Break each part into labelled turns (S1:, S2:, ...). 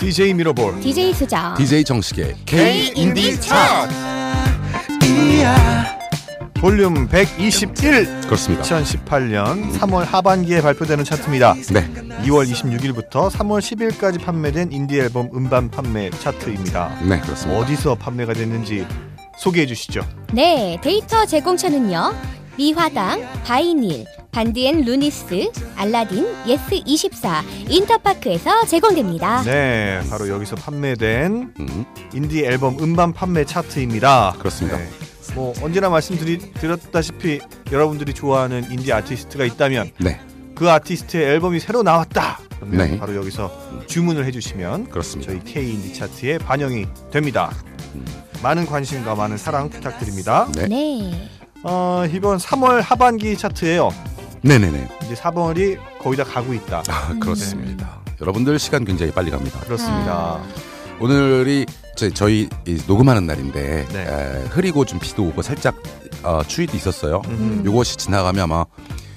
S1: DJ 미러볼
S2: DJ
S1: 아.
S2: 수정.
S3: DJ 정식의
S1: K 인디 차트 볼륨 121
S3: 그렇습니다.
S1: 2018년 3월 하반기에 발표되는 차트입니다.
S3: 네.
S1: 2월 26일부터 3월 10일까지 판매된 인디 앨범 음반 판매 차트입니다.
S3: 네, 그렇습니다.
S1: 어디서 판매가 됐는지 소개해 주시죠.
S2: 네, 데이터 제공처는요. 미화당, 바이닐, 반디앤 루니스, 알라딘, 예스24, 인터파크에서 제공됩니다.
S1: 네, 바로 여기서 판매된
S3: 아. 음,
S1: 인디 앨범 음반 판매 차트입니다.
S3: 그렇습니다.
S1: 네. 뭐 언제나 말씀드렸다시피 여러분들이 좋아하는 인디 아티스트가 있다면
S3: 네,
S1: 그 아티스트의 앨범이 새로 나왔다. 그러면
S3: 네.
S1: 바로 여기서 주문을 해주시면
S3: 그렇습니다.
S1: 저희 K 인디 차트에 반영이 됩니다. 많은 관심과 많은 사랑 부탁드립니다.
S3: 네.
S2: 네.
S1: 어, 이번 3월 하반기 차트예요.
S3: 네, 네, 네.
S1: 이제 4월이 거의 다 가고 있다.
S3: 아, 그렇습니다.
S1: 네.
S3: 여러분들 시간 굉장히 빨리 갑니다.
S1: 그렇습니다.
S3: 오늘이 제, 저희 이 녹음하는 날인데
S1: 네.
S3: 에, 흐리고 좀 비도 오고 살짝 어, 추위도 있었어요.
S1: 음.
S3: 요것이 지나가면 아마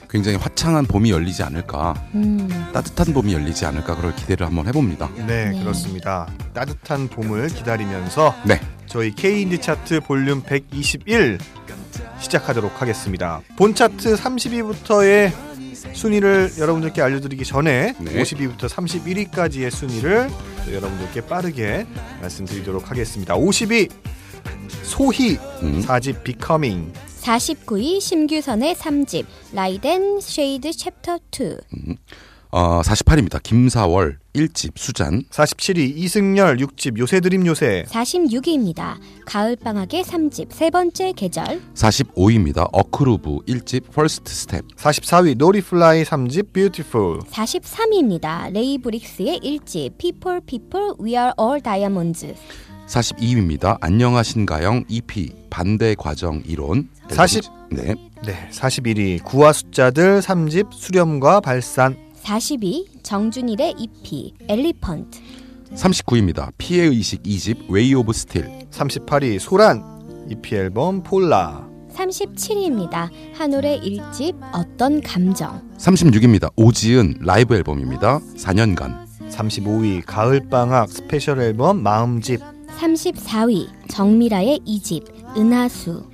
S3: 굉장히 화창한 봄이 열리지 않을까,
S2: 음.
S3: 따뜻한 봄이 열리지 않을까 그럴 기대를 한번 해봅니다.
S1: 네,
S2: 네.
S1: 그렇습니다. 따뜻한 봄을 기다리면서
S3: 네,
S1: 저희 K인디 차트 볼륨 121 시작하도록 하겠습니다. 본 차트 30위부터의 순위를 여러분들께 알려드리기 전에
S3: 네.
S1: 50위부터 31위까지의 순위를 또 여러분들께 빠르게 말씀드리도록 하겠습니다. 50위 소희
S3: 음,
S1: 4집 비커밍
S2: 49위 심규선의 3집 라이덴 쉐이드 챕터 2
S3: 어, 48입니다. 김사월 1집 수잔
S1: 47위 이승열 6집 요새 드림 요새
S2: 46위입니다. 가을방학의 3집 세 번째 계절
S3: 45입니다. 어크루브 1집 퍼스트 스텝
S1: 44위 노리플라이 3집 뷰티풀
S2: 43위입니다. 레이브릭스의 1집 People People We Are All Diamonds
S3: 42입니다. 안녕하신가영 EP 반대 과정 이론
S1: 40.
S3: 네.
S1: 네 41위 구화 숫자들 3집 수렴과 발산
S2: 42위 정준일의 EP 엘리펀트
S3: 39입니다. 피해 의식 2집 웨이 오브 스틸
S1: 38위 소란 EP 앨범 폴라
S2: 37위입니다. 한올의 1집 어떤 감정
S3: 36입니다. 오지은 라이브 앨범입니다. 4년간
S1: 35위 가을방학 스페셜 앨범 마음집
S2: 34위 정미라의 2집 은하수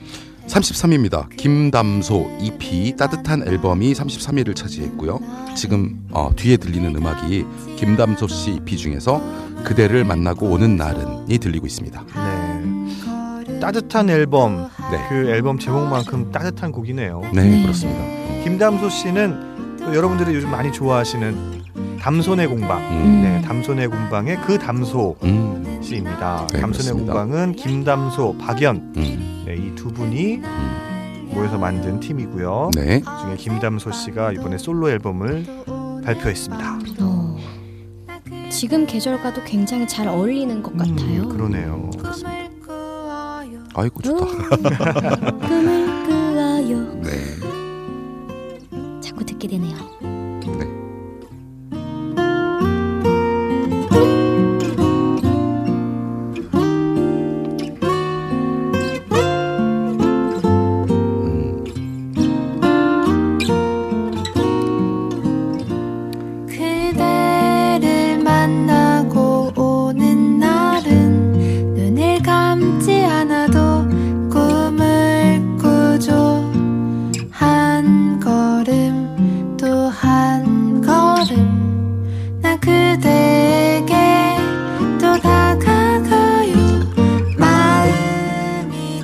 S3: 33입니다. 김담소 EP 따뜻한 앨범이 33위를 차지했고요. 지금 어, 뒤에 들리는 음악이 김담소 씨 EP 중에서 그대를 만나고 오는 날은이 들리고 있습니다.
S1: 네 따뜻한 앨범
S3: 네.
S1: 그 앨범 제목만큼 따뜻한 곡이네요
S3: 네, 그렇습니다.
S1: 김담소 씨는 또 여러분들이 요즘 많이 좋아하시는 담소의 공방
S3: 음.
S1: 네, 담소의 공방의 그 담소
S3: 음.
S1: 씨입니다.
S3: 네,
S1: 담소의
S3: 그렇습니다.
S1: 공방은 김담소, 박연 네,
S3: 음.
S1: 이 두 분이
S3: 음.
S1: 모여서 만든 팀이고요.
S3: 네.
S1: 그중에 김담소 씨가 이번에 솔로 앨범을 발표했습니다.
S2: 어, 지금 계절과도 굉장히 잘 어울리는
S1: 음,
S2: 것 같아요.
S1: 그러네요.
S3: 아이고 좋다.
S2: 음, 꿈을 꾸어요.
S3: 네.
S2: 자꾸 듣게 되네요.
S3: 네.
S4: 그대를 만나고 오는 날은 눈을 감지 않아도 꿈을 꾸죠 한 걸음 또 한 걸음 나 그대에게 또 다가가요
S3: 아,
S4: 마음이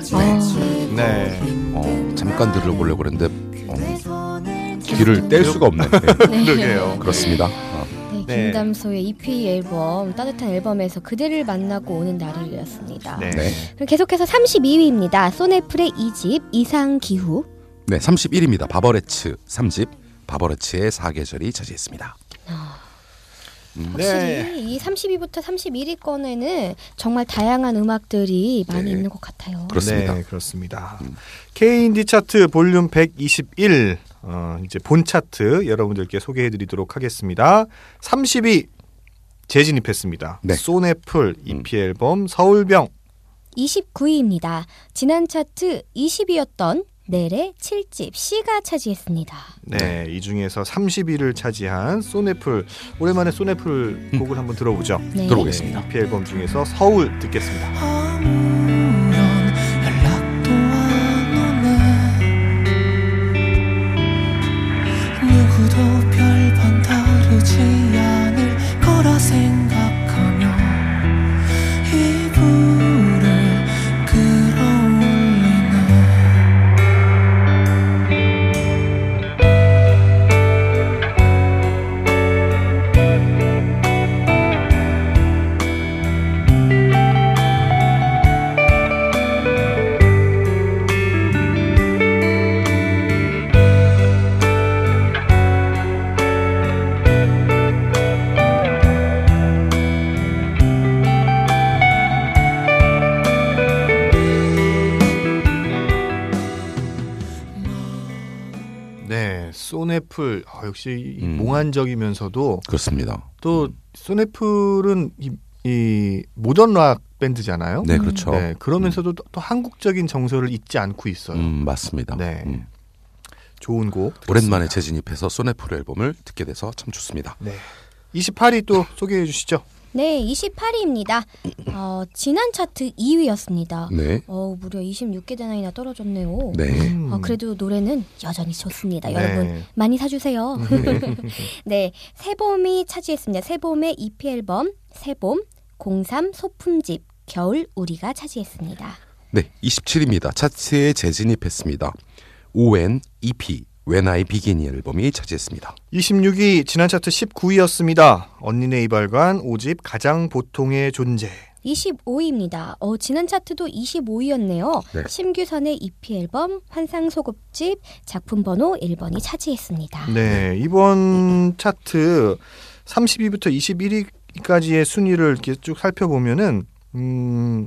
S4: 지치고
S1: 네.
S3: 어, 잠깐 들으려고 그랬는데 어,
S4: 그대 손을
S3: 귀를 뗄 수가 없네. 네.
S1: 그러게요.
S3: 그렇습니다. 어,
S2: 네,
S1: 네.
S2: 김담소의 EP 앨범 따뜻한 앨범에서 그대를 만나고 오는 날이었습니다.
S1: 네.
S3: 네.
S2: 그럼 계속해서 32위입니다. 소네플의 2집 이상 기후.
S3: 네, 31입니다. 바버레츠 3집 바버레츠의 사계절이 차지했습니다.
S2: 확실히
S1: 네.
S2: 이 32부터 31위 권에는 정말 다양한 음악들이 많이
S3: 네.
S2: 있는 것 같아요.
S3: 그렇습니다.
S1: 네, 그렇습니다. K&D 차트 볼륨 121 어, 이제 본 차트 여러분들께 소개해드리도록 하겠습니다. 30위 재진입했습니다.
S3: 네.
S1: 소네풀 EP 앨범 서울병
S2: 29위입니다. 지난 차트 20위였던 넬의 7집 시가 차지했습니다.
S1: 네, 이 중에서 30위를 차지한 소네풀 오랜만에 소네풀 곡을 한번 들어보죠.
S2: 네.
S3: 들어보겠습니다.
S1: 네, EP 앨범 중에서 서울 듣겠습니다.
S5: 아무런 연락도 안 오네 누구도 별반 다르지 않을 거라 생각하며 이불을 끌어올리네
S1: 네, 소네풀 아, 역시 이
S3: 음.
S1: 몽환적이면서도
S3: 그렇습니다.
S1: 또 소네풀은 이, 이 모던 락 밴드잖아요.
S3: 네, 그렇죠.
S1: 네, 그러면서도 또, 또 한국적인 정서를 잊지 않고 있어요.
S3: 음, 맞습니다.
S1: 네.
S3: 음.
S1: 좋은 곡.
S3: 오랜만에 재진입해서 소네풀 앨범을 듣게 돼서 참 좋습니다.
S1: 네. 28위 또 소개해 주시죠.
S2: 네, 28위입니다. 어, 지난 차트 2위였습니다.
S3: 네.
S2: 어, 무려 26개 단위나 떨어졌네요.
S3: 네.
S1: 음.
S2: 어, 그래도 노래는 여전히 좋습니다.
S1: 네.
S2: 여러분 많이 사주세요. 네, 새봄이 차지했습니다. 새봄의 EP 앨범 새봄 03 소품집 겨울 우리가 차지했습니다.
S3: 네, 27입니다. 차트에 재진입했습니다. ON EP When I Begin 이 앨범이 차지했습니다.
S1: 26위 지난 차트 19위였습니다. 언니네 이발관 5집 가장 보통의 존재.
S2: 25위입니다. 어, 지난 차트도 25위였네요.
S3: 네.
S2: 심규선의 EP 앨범 환상 소급집 작품 번호 1번이 차지했습니다.
S1: 네, 이번 차트 30위부터 21위까지의 순위를 이렇게 쭉 살펴보면은 음,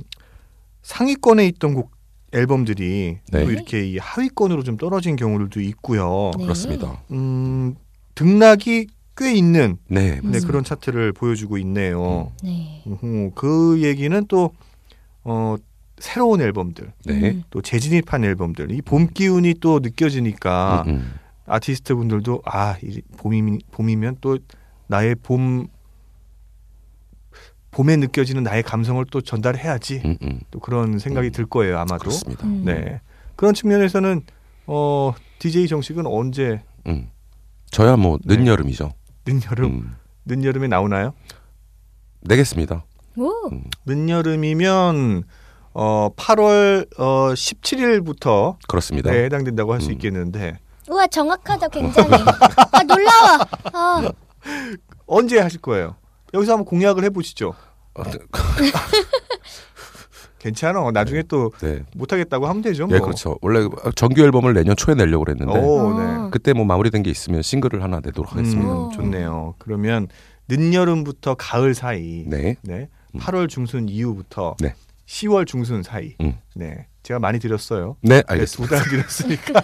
S1: 상위권에 있던 곡 앨범들이
S3: 네.
S1: 또 이렇게 이 하위권으로 좀 떨어진 경우들도 있고요.
S2: 네.
S3: 그렇습니다.
S1: 음, 등락이 꽤 있는
S3: 네.
S1: 네, 그런 차트를 보여주고 있네요.
S2: 네.
S3: 음.
S1: 우후, 그 얘기는 또 어, 새로운 앨범들,
S3: 네.
S2: 음.
S1: 또 재진입한 앨범들, 이 봄 기운이 또 느껴지니까
S3: 음, 음.
S1: 아티스트 분들도 아 이- 봄이 봄이면 또 나의 봄 봄에 느껴지는 나의 감성을 또 전달해야지
S3: 음, 음.
S1: 또 그런 생각이 들 거예요 아마도
S3: 그렇습니다.
S2: 음.
S1: 네 그런 측면에서는 어 DJ 정식은 언제
S3: 음. 저야 뭐
S1: 네.
S3: 늦여름이죠.
S1: 늦여름
S3: 음.
S1: 늦여름에 나오나요?
S3: 내겠습니다.
S2: 오,
S1: 늦여름이면 어 8월 어 17일부터
S3: 그렇습니다.
S1: 네, 해당된다고 할 수
S3: 음.
S1: 있겠는데
S2: 우와 정확하다 굉장히. 아 놀라워. 아.
S1: 언제 하실 거예요? 여기서 한번 공약을 해보시죠.
S3: 어,
S1: 괜찮아. 나중에 또
S3: 네.
S1: 못하겠다고 하면 되죠. 뭐.
S3: 예, 그렇죠. 원래 정규 앨범을 내년 초에 내려고 그랬는데
S1: 오,
S2: 아.
S1: 네.
S3: 그때 뭐 마무리된 게 있으면 싱글을 하나 내도록 하겠습니다.
S2: 오.
S1: 음, 좋네요. 그러면 늦여름부터 가을 사이, 네.
S3: 네.
S1: 8월 중순 이후부터
S3: 네.
S1: 10월 중순 사이,
S3: 음.
S1: 네, 제가 많이 드렸어요.
S3: 네,
S1: 네,
S3: 알겠습니다.
S1: 두달 드렸으니까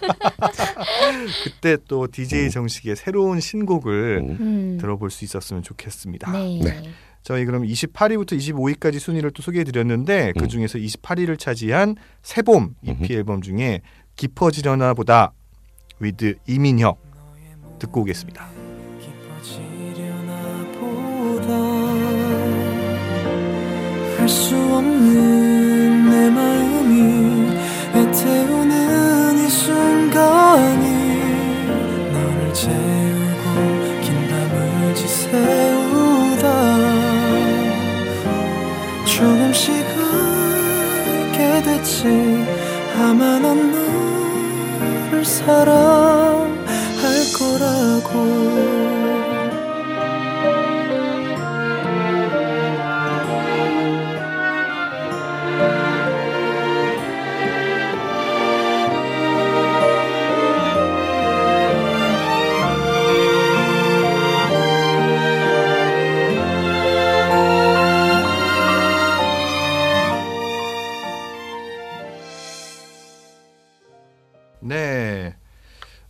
S1: 그때 또 DJ 정식의 새로운 신곡을
S3: 음.
S2: 음.
S1: 들어볼 수 있었으면 좋겠습니다.
S2: 네.
S3: 네.
S1: 저희 그럼 28위부터 25위까지 순위를 또 소개해드렸는데
S3: 음.
S1: 그 중에서 28위를 차지한 새봄 EP 앨범 중에 깊어지려나보다 with 이민혁 듣고 오겠습니다.
S5: 깊어지려나 보다 할 수 없는 내 마음이 애태우는 이 순간이 너를 채우고 긴 밤을 지새우다 조금씩 알게 됐지 아마 넌 나를 사랑할 거라고
S1: 네,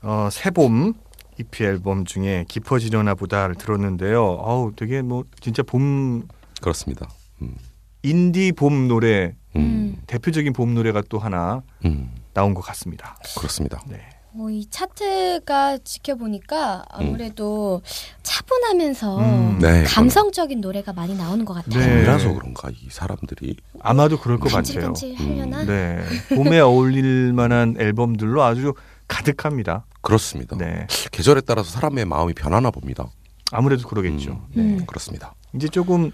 S1: 어, 새봄 EP 앨범 중에 깊어지려나 보다를 들었는데요. 어우, 되게 뭐 진짜 봄
S3: 그렇습니다. 음.
S1: 인디 봄 노래
S3: 음,
S1: 대표적인 봄 노래가 또 하나
S3: 음,
S1: 나온 것 같습니다.
S3: 그렇습니다.
S1: 네.
S2: 어, 이 차트가 지켜보니까 아무래도 차분하면서
S1: 음,
S3: 네,
S2: 감성적인 노래가 많이 나오는 것 같아요.
S1: 네.
S3: 밤이라서 그런가 이 사람들이
S1: 아마도 그럴
S2: 음.
S1: 것 같아요.
S2: 간질간질 하려나?
S3: 음,
S1: 네. 봄에 어울릴 만한 앨범들로 아주 가득합니다.
S3: 그렇습니다.
S1: 네.
S3: 계절에 따라서 사람의 마음이 변하나 봅니다.
S1: 아무래도 그러겠죠.
S3: 음,
S2: 음.
S3: 그렇습니다.
S1: 이제 조금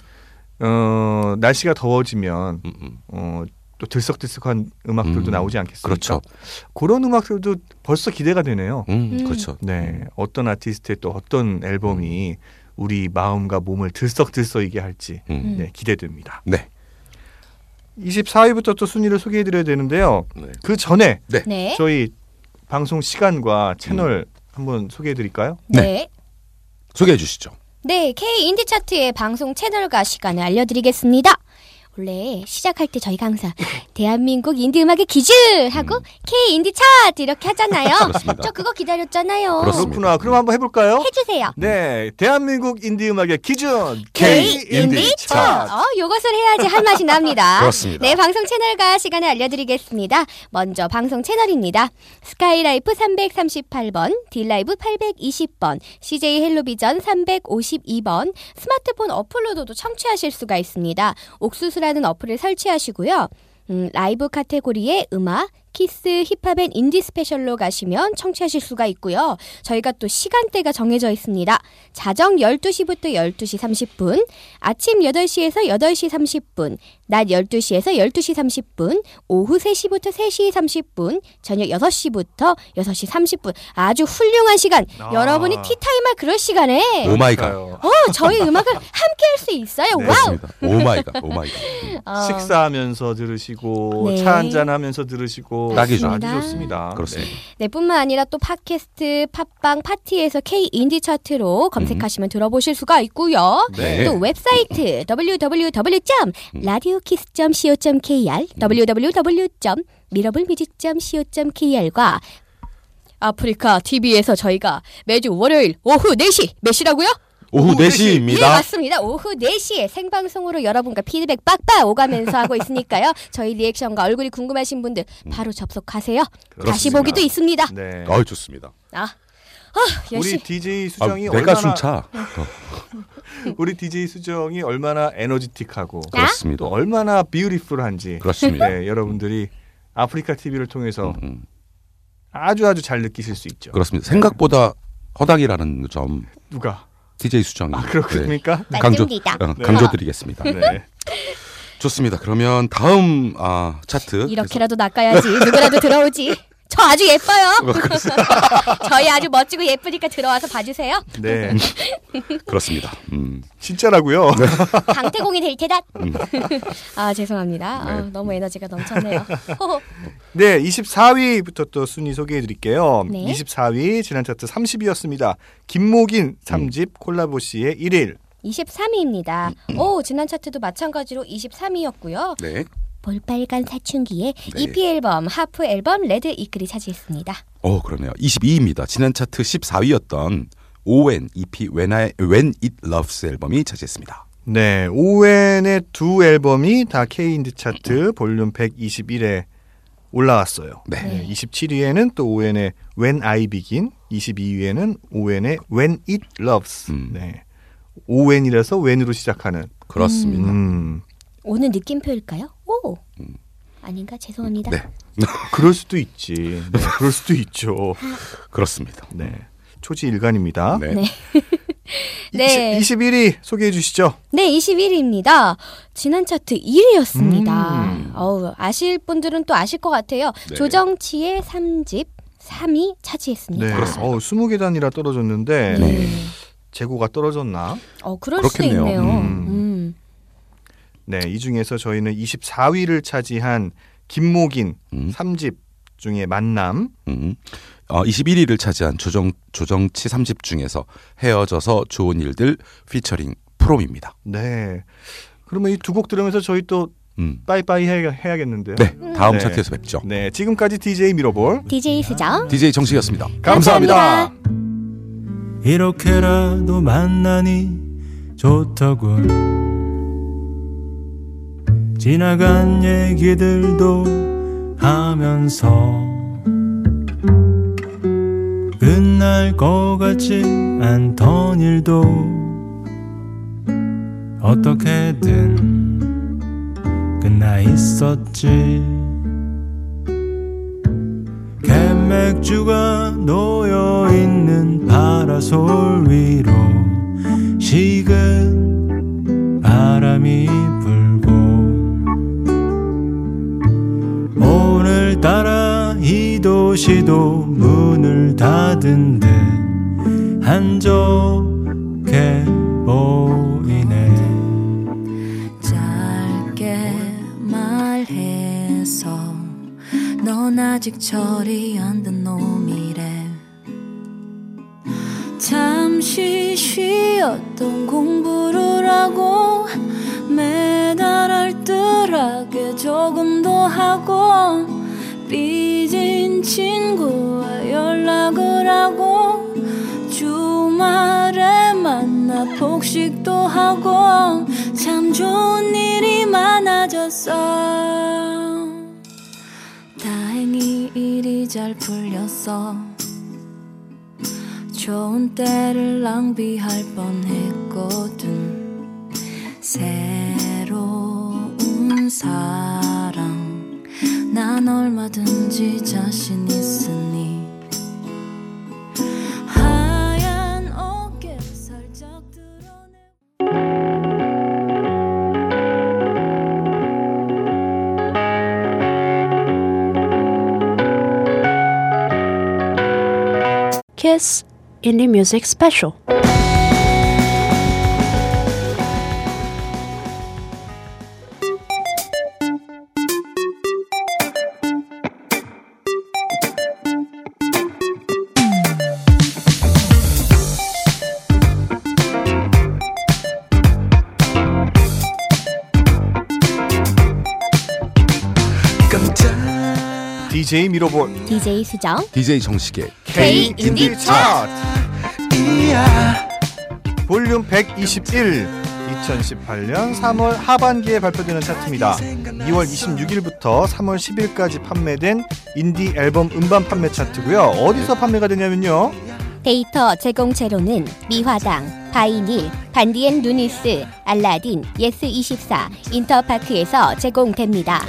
S1: 어, 날씨가 더워지면
S3: 음, 음.
S1: 어, 또 들썩들썩한 음악들도
S3: 음,
S1: 나오지 않겠습니까?
S3: 그렇죠.
S1: 그런 음악들도 벌써 기대가 되네요.
S3: 음, 음.
S2: 음.
S3: 그렇죠.
S1: 네, 어떤 아티스트의 또 어떤 앨범이 우리 마음과 몸을 들썩들썩이게 할지
S3: 음.
S1: 네, 기대됩니다.
S3: 네.
S1: 24위부터 또 순위를 소개해드려야 되는데요.
S3: 네.
S1: 그 전에
S2: 네.
S1: 저희 방송 시간과 채널
S3: 음.
S1: 한번 소개해드릴까요?
S3: 네.
S2: 네.
S3: 소개해 주시죠.
S2: 네, K 인디 차트의 방송 채널과 시간을 알려드리겠습니다. 원래 시작할 때 저희가 항상 대한민국 인디 음악의 기즈 하고 K 인디 차트 이렇게 하잖아요.
S3: 그렇습니다.
S2: 저 그거 기다렸잖아요.
S3: 그렇습니다.
S1: 그렇구나. 그럼 한번 해볼까요?
S2: 해주세요.
S1: 네, 대한민국 인디 음악의 기준
S2: K
S1: 인디 차트.
S2: 어, 요것을 해야지 한 맛이 납니다.
S3: 그렇습니다.
S2: 네, 방송 채널과 시간을 알려드리겠습니다. 먼저 방송 채널입니다. 스카이라이프 338번, 딜라이브 820번, CJ 헬로비전 352번, 스마트폰 어플로도 청취하실 수가 있습니다. 옥수수라는 어플을 설치하시고요. 음, 라이브 카테고리에 음악, 키스, 힙합 앤 인디 스페셜로 가시면 청취하실 수가 있고요. 저희가 또 시간대가 정해져 있습니다. 자정 12시부터 12시 30분, 아침 8시에서 8시 30분, 낮 12시에서 12시 30분, 오후 3시부터 3시 30분, 저녁 6시부터 6시 30분. 아주 훌륭한 시간.
S1: 아.
S2: 여러분이 티타임 할 그럴 시간에
S3: 오 마이 갓.
S1: 그러니까요.
S2: 어, 저희 음악을 함께 할 수 있어요.
S1: 네.
S2: 와우.
S3: 그렇습니다. 오 마이 갓. 오 마이 갓. 음,
S2: 어,
S1: 식사하면서 들으시고
S2: 네.
S1: 차 한잔 하면서 들으시고
S3: 딱이죠.
S1: 아주 좋습니다.
S3: 그렇습니다.
S2: 네, 뿐만 아니라 또 팟캐스트, 팟빵, 파티에서 K 인디 차트로 검색하시면 들어보실 수가 있고요.
S3: 네.
S2: 또 웹사이트
S3: 음.
S2: www.radiokiss.co.kr, www.mirablemusic.co.kr과 아프리카 TV에서 저희가 매주 월요일 오후 4시 몇 시라고요?
S3: 오후
S2: 예,
S3: 4시입니다.
S2: 맞습니다. 오후 4시에 생방송으로 여러분과 피드백 빡빡 오가면서 하고 있으니까요. 저희 리액션과 얼굴이 궁금하신 분들 바로 접속하세요. 다시
S3: 그렇습니다.
S2: 보기도 있습니다.
S1: 네.
S3: 아, 좋습니다.
S2: 아, 아
S1: 우리
S2: 역시
S1: DJ
S3: 아,
S1: 수정이
S3: 내가
S1: 얼마나
S3: 술차. 어,
S1: 우리 DJ 수정이 얼마나 에너지틱하고
S3: 그렇습니다.
S1: 또 얼마나 뷰티풀한지
S3: 그렇습니다.
S1: 어, 네, 여러분들이 아프리카 TV를 통해서
S3: 음,
S1: 아주 아주 잘 느끼실 수 있죠.
S3: 그렇습니다. 생각보다 허당이라는 점
S1: 누가
S3: DJ 수정이
S1: 아 그렇습니까?
S3: 네, 강조
S2: 맞습니다.
S3: 어, 강조드리겠습니다.
S1: 네.
S3: 좋습니다. 그러면 다음 아, 차트
S2: 이렇게라도 낚아야지 누구라도 들어오지. 저 아주 예뻐요. 저희 아주 멋지고 예쁘니까 들어와서 봐주세요.
S1: 네.
S3: 그래서- 그렇습니다. 음,
S1: 진짜라고요.
S2: 강태공이 될 테다. 아 죄송합니다. 아,
S3: 네.
S2: 너무 에너지가 넘쳤네요. 호호.
S1: 네, 24위부터 또 순위 소개해 드릴게요.
S2: 네.
S1: 24위 지난 차트 30위였습니다. 김목인 3집
S3: 음.
S1: 콜라보 씨의 1일.
S2: 23위입니다. 오 지난 차트도 마찬가지로 23위였고요.
S3: 네.
S2: 볼빨간 사춘기의
S3: 네.
S2: EP 앨범, 하프 앨범 레드 이클이 차지했습니다.
S3: 어 그러네요. 22위입니다. 지난 차트 14위였던 ON EP When I When It Loves 앨범이 차지했습니다.
S1: 네, 오웬의 두 앨범이 다 K인디 차트 볼륨 121에 올라왔어요.
S3: 네.
S1: 27위에는 또 오웬의 When I Begin, 22위에는 오웬의 When It Loves.
S3: 음.
S1: 네. 오웬이라서 웬으로 시작하는.
S3: 그렇습니다.
S1: 음.
S2: 오는 느낌표일까요? 오 아닌가 죄송합니다.
S3: 네.
S1: 그럴 수도 있지. 네, 그럴 수도 있죠.
S3: 그렇습니다.
S1: 네. 초지 일간입니다.
S3: 네.
S2: 네. 네.
S1: 20, 21위 소개해 주시죠.
S2: 네, 21위입니다. 지난 차트 1위였습니다.
S1: 음.
S2: 어우, 아실 분들은 또 아실 것 같아요.
S3: 네.
S2: 조정치의 3집 3위 차지했습니다. 네.
S1: 네. 어, 20개 단위라 떨어졌는데 재고가 떨어졌나?
S2: 어, 그럴
S3: 그렇겠네요.
S2: 수도 있네요.
S1: 음.
S2: 음.
S1: 네, 이 중에서 저희는 24위를 차지한 김목인
S3: 음.
S1: 삼 3집 중에 만남.
S3: 음. 어, 21위를 차지한 조정 조정치 3집 중에서 헤어져서 좋은 일들 피처링 프롬입니다.
S1: 네. 그러면 이 두 곡 들으면서 저희 또
S3: 음.
S1: 빠이빠이 해야, 해야겠는데요.
S3: 네. 다음
S1: 네.
S3: 차트에서 뵙죠.
S1: 네, 지금까지 DJ 미러볼
S2: DJ 수정.
S3: DJ 정식이었습니다.
S2: 감사합니다.
S5: 이렇게라도 만나니 좋더군 지나간 얘기들도 하면서 끝날 것 같지 않던 일도 어떻게든 끝나 있었지 캔맥주가 놓여 있는 파라솔 위로 식은 바람이 불고 오늘따라 이 도시도 문을 닫은 듯 한적해 보이네
S4: 짧게 말해서 넌 아직 철이 안 든 놈이래 잠시 쉬었던 공부를 하고 매달 알뜰하게 조금 더 하고 삐진 친구와 연락을 하고 주말에 만나 복식도 하고 참 좋은 일이 많아졌어 다행히 일이 잘 풀렸어 좋은 때를 낭비할 뻔했거든 새로운 사랑 난 얼마든지 자신 있으니 하얀 어깨 살짝 드러내
S6: Kiss Indie Music Special.
S1: DJ 미러볼
S2: DJ 수정
S3: DJ 정식의
S1: K 인디 차트 볼륨 121 2018년 3월 하반기에 발표되는 차트입니다. 2월 26일부터 3월 10일까지 판매된 인디 앨범 음반 판매 차트고요. 어디서 판매가 되냐면요.
S2: 데이터 제공체로는 미화당, 바이닐, 반디엔 루니스, 알라딘, 예스24, 인터파크에서 제공됩니다.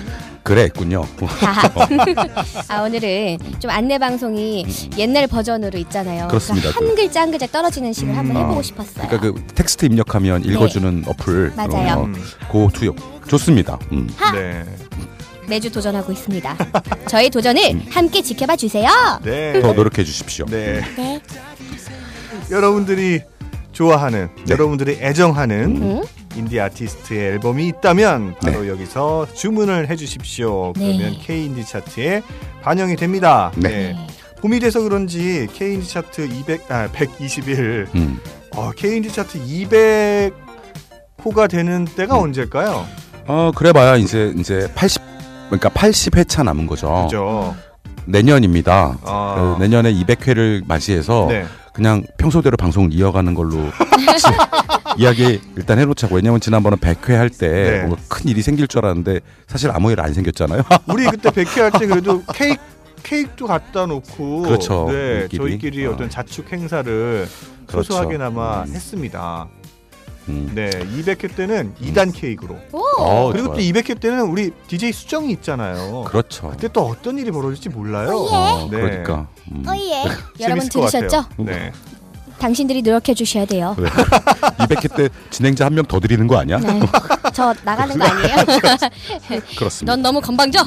S3: 그랬군요. 어.
S2: 아, 오늘은 좀 안내 방송이 옛날 버전으로 있잖아요. 그러니까
S3: 그렇습니다.
S2: 한 글자 한 글자 떨어지는 식을 한번
S3: 아,
S2: 해보고 싶었어요.
S3: 그러니까 그 텍스트 입력하면 읽어주는 어플
S2: 네. 맞아요.
S3: 어, 고 투요 좋습니다. 음.
S1: 네.
S2: 매주 도전하고 있습니다. 저의
S3: 음.
S2: 도전을 함께 지켜봐 주세요.
S1: 네.
S3: 더 노력해 주십시오.
S1: 네.
S2: 네.
S1: 여러분들이 좋아하는
S3: 네.
S1: 여러분들이 애정하는
S2: 음.
S1: 인디 아티스트의 앨범이 있다면
S3: 네.
S1: 바로 여기서 주문을 해주십시오.
S2: 네.
S1: 그러면 K 인디 차트에 반영이 됩니다.
S3: 네.
S1: 봄이 돼서 그런지 K 인디 차트 200 아 121,
S3: 음.
S1: 어, K 인디 차트 200 호가 되는 때가
S3: 음.
S1: 언제일까요?
S3: 어 그래봐야 이제 이제 80 그러니까 80회차 남은 거죠.
S1: 그죠.
S3: 내년입니다.
S1: 아.
S3: 그래서 내년에 200회를 맞이해서
S1: 네.
S3: 그냥 평소대로 방송을 이어가는 걸로 지- 이야기 일단 해놓자고 왜냐면 지난번에 100회 할 때
S1: 네.
S3: 큰 일이 생길 줄 알았는데 사실 아무 일 안 생겼잖아요.
S1: 우리 그때 100회 할 때 그래도 케이크 케이크도 갖다 놓고
S3: 그렇죠.
S1: 네,
S3: 우리끼리.
S1: 저희끼리
S3: 아.
S1: 어떤 자축 행사를
S3: 그렇죠.
S1: 소소하게나마
S3: 음.
S1: 했습니다.
S3: 음.
S1: 네, 200회 때는 2단 케이크로.
S2: 오.
S3: 어,
S1: 그리고 또
S3: 좋아요.
S1: 200회 때는 우리 DJ 수정이 있잖아요. 그
S3: 그렇죠.
S1: 때또 어떤 일이 벌어질지 몰라요.
S3: 어,
S1: 네.
S3: 그러니까 음.
S2: 오예. 예. 여러분
S1: 재밌을 것
S2: 들으셨죠?
S1: 같아요. 네.
S2: 당신들이 노력해 주셔야 돼요.
S3: 200회 때 진행자 한 명 더 드리는 거 아니야?
S2: 네. 저 나가는 거 아니에요?
S3: 그렇습니다.
S2: 넌 너무 건방져.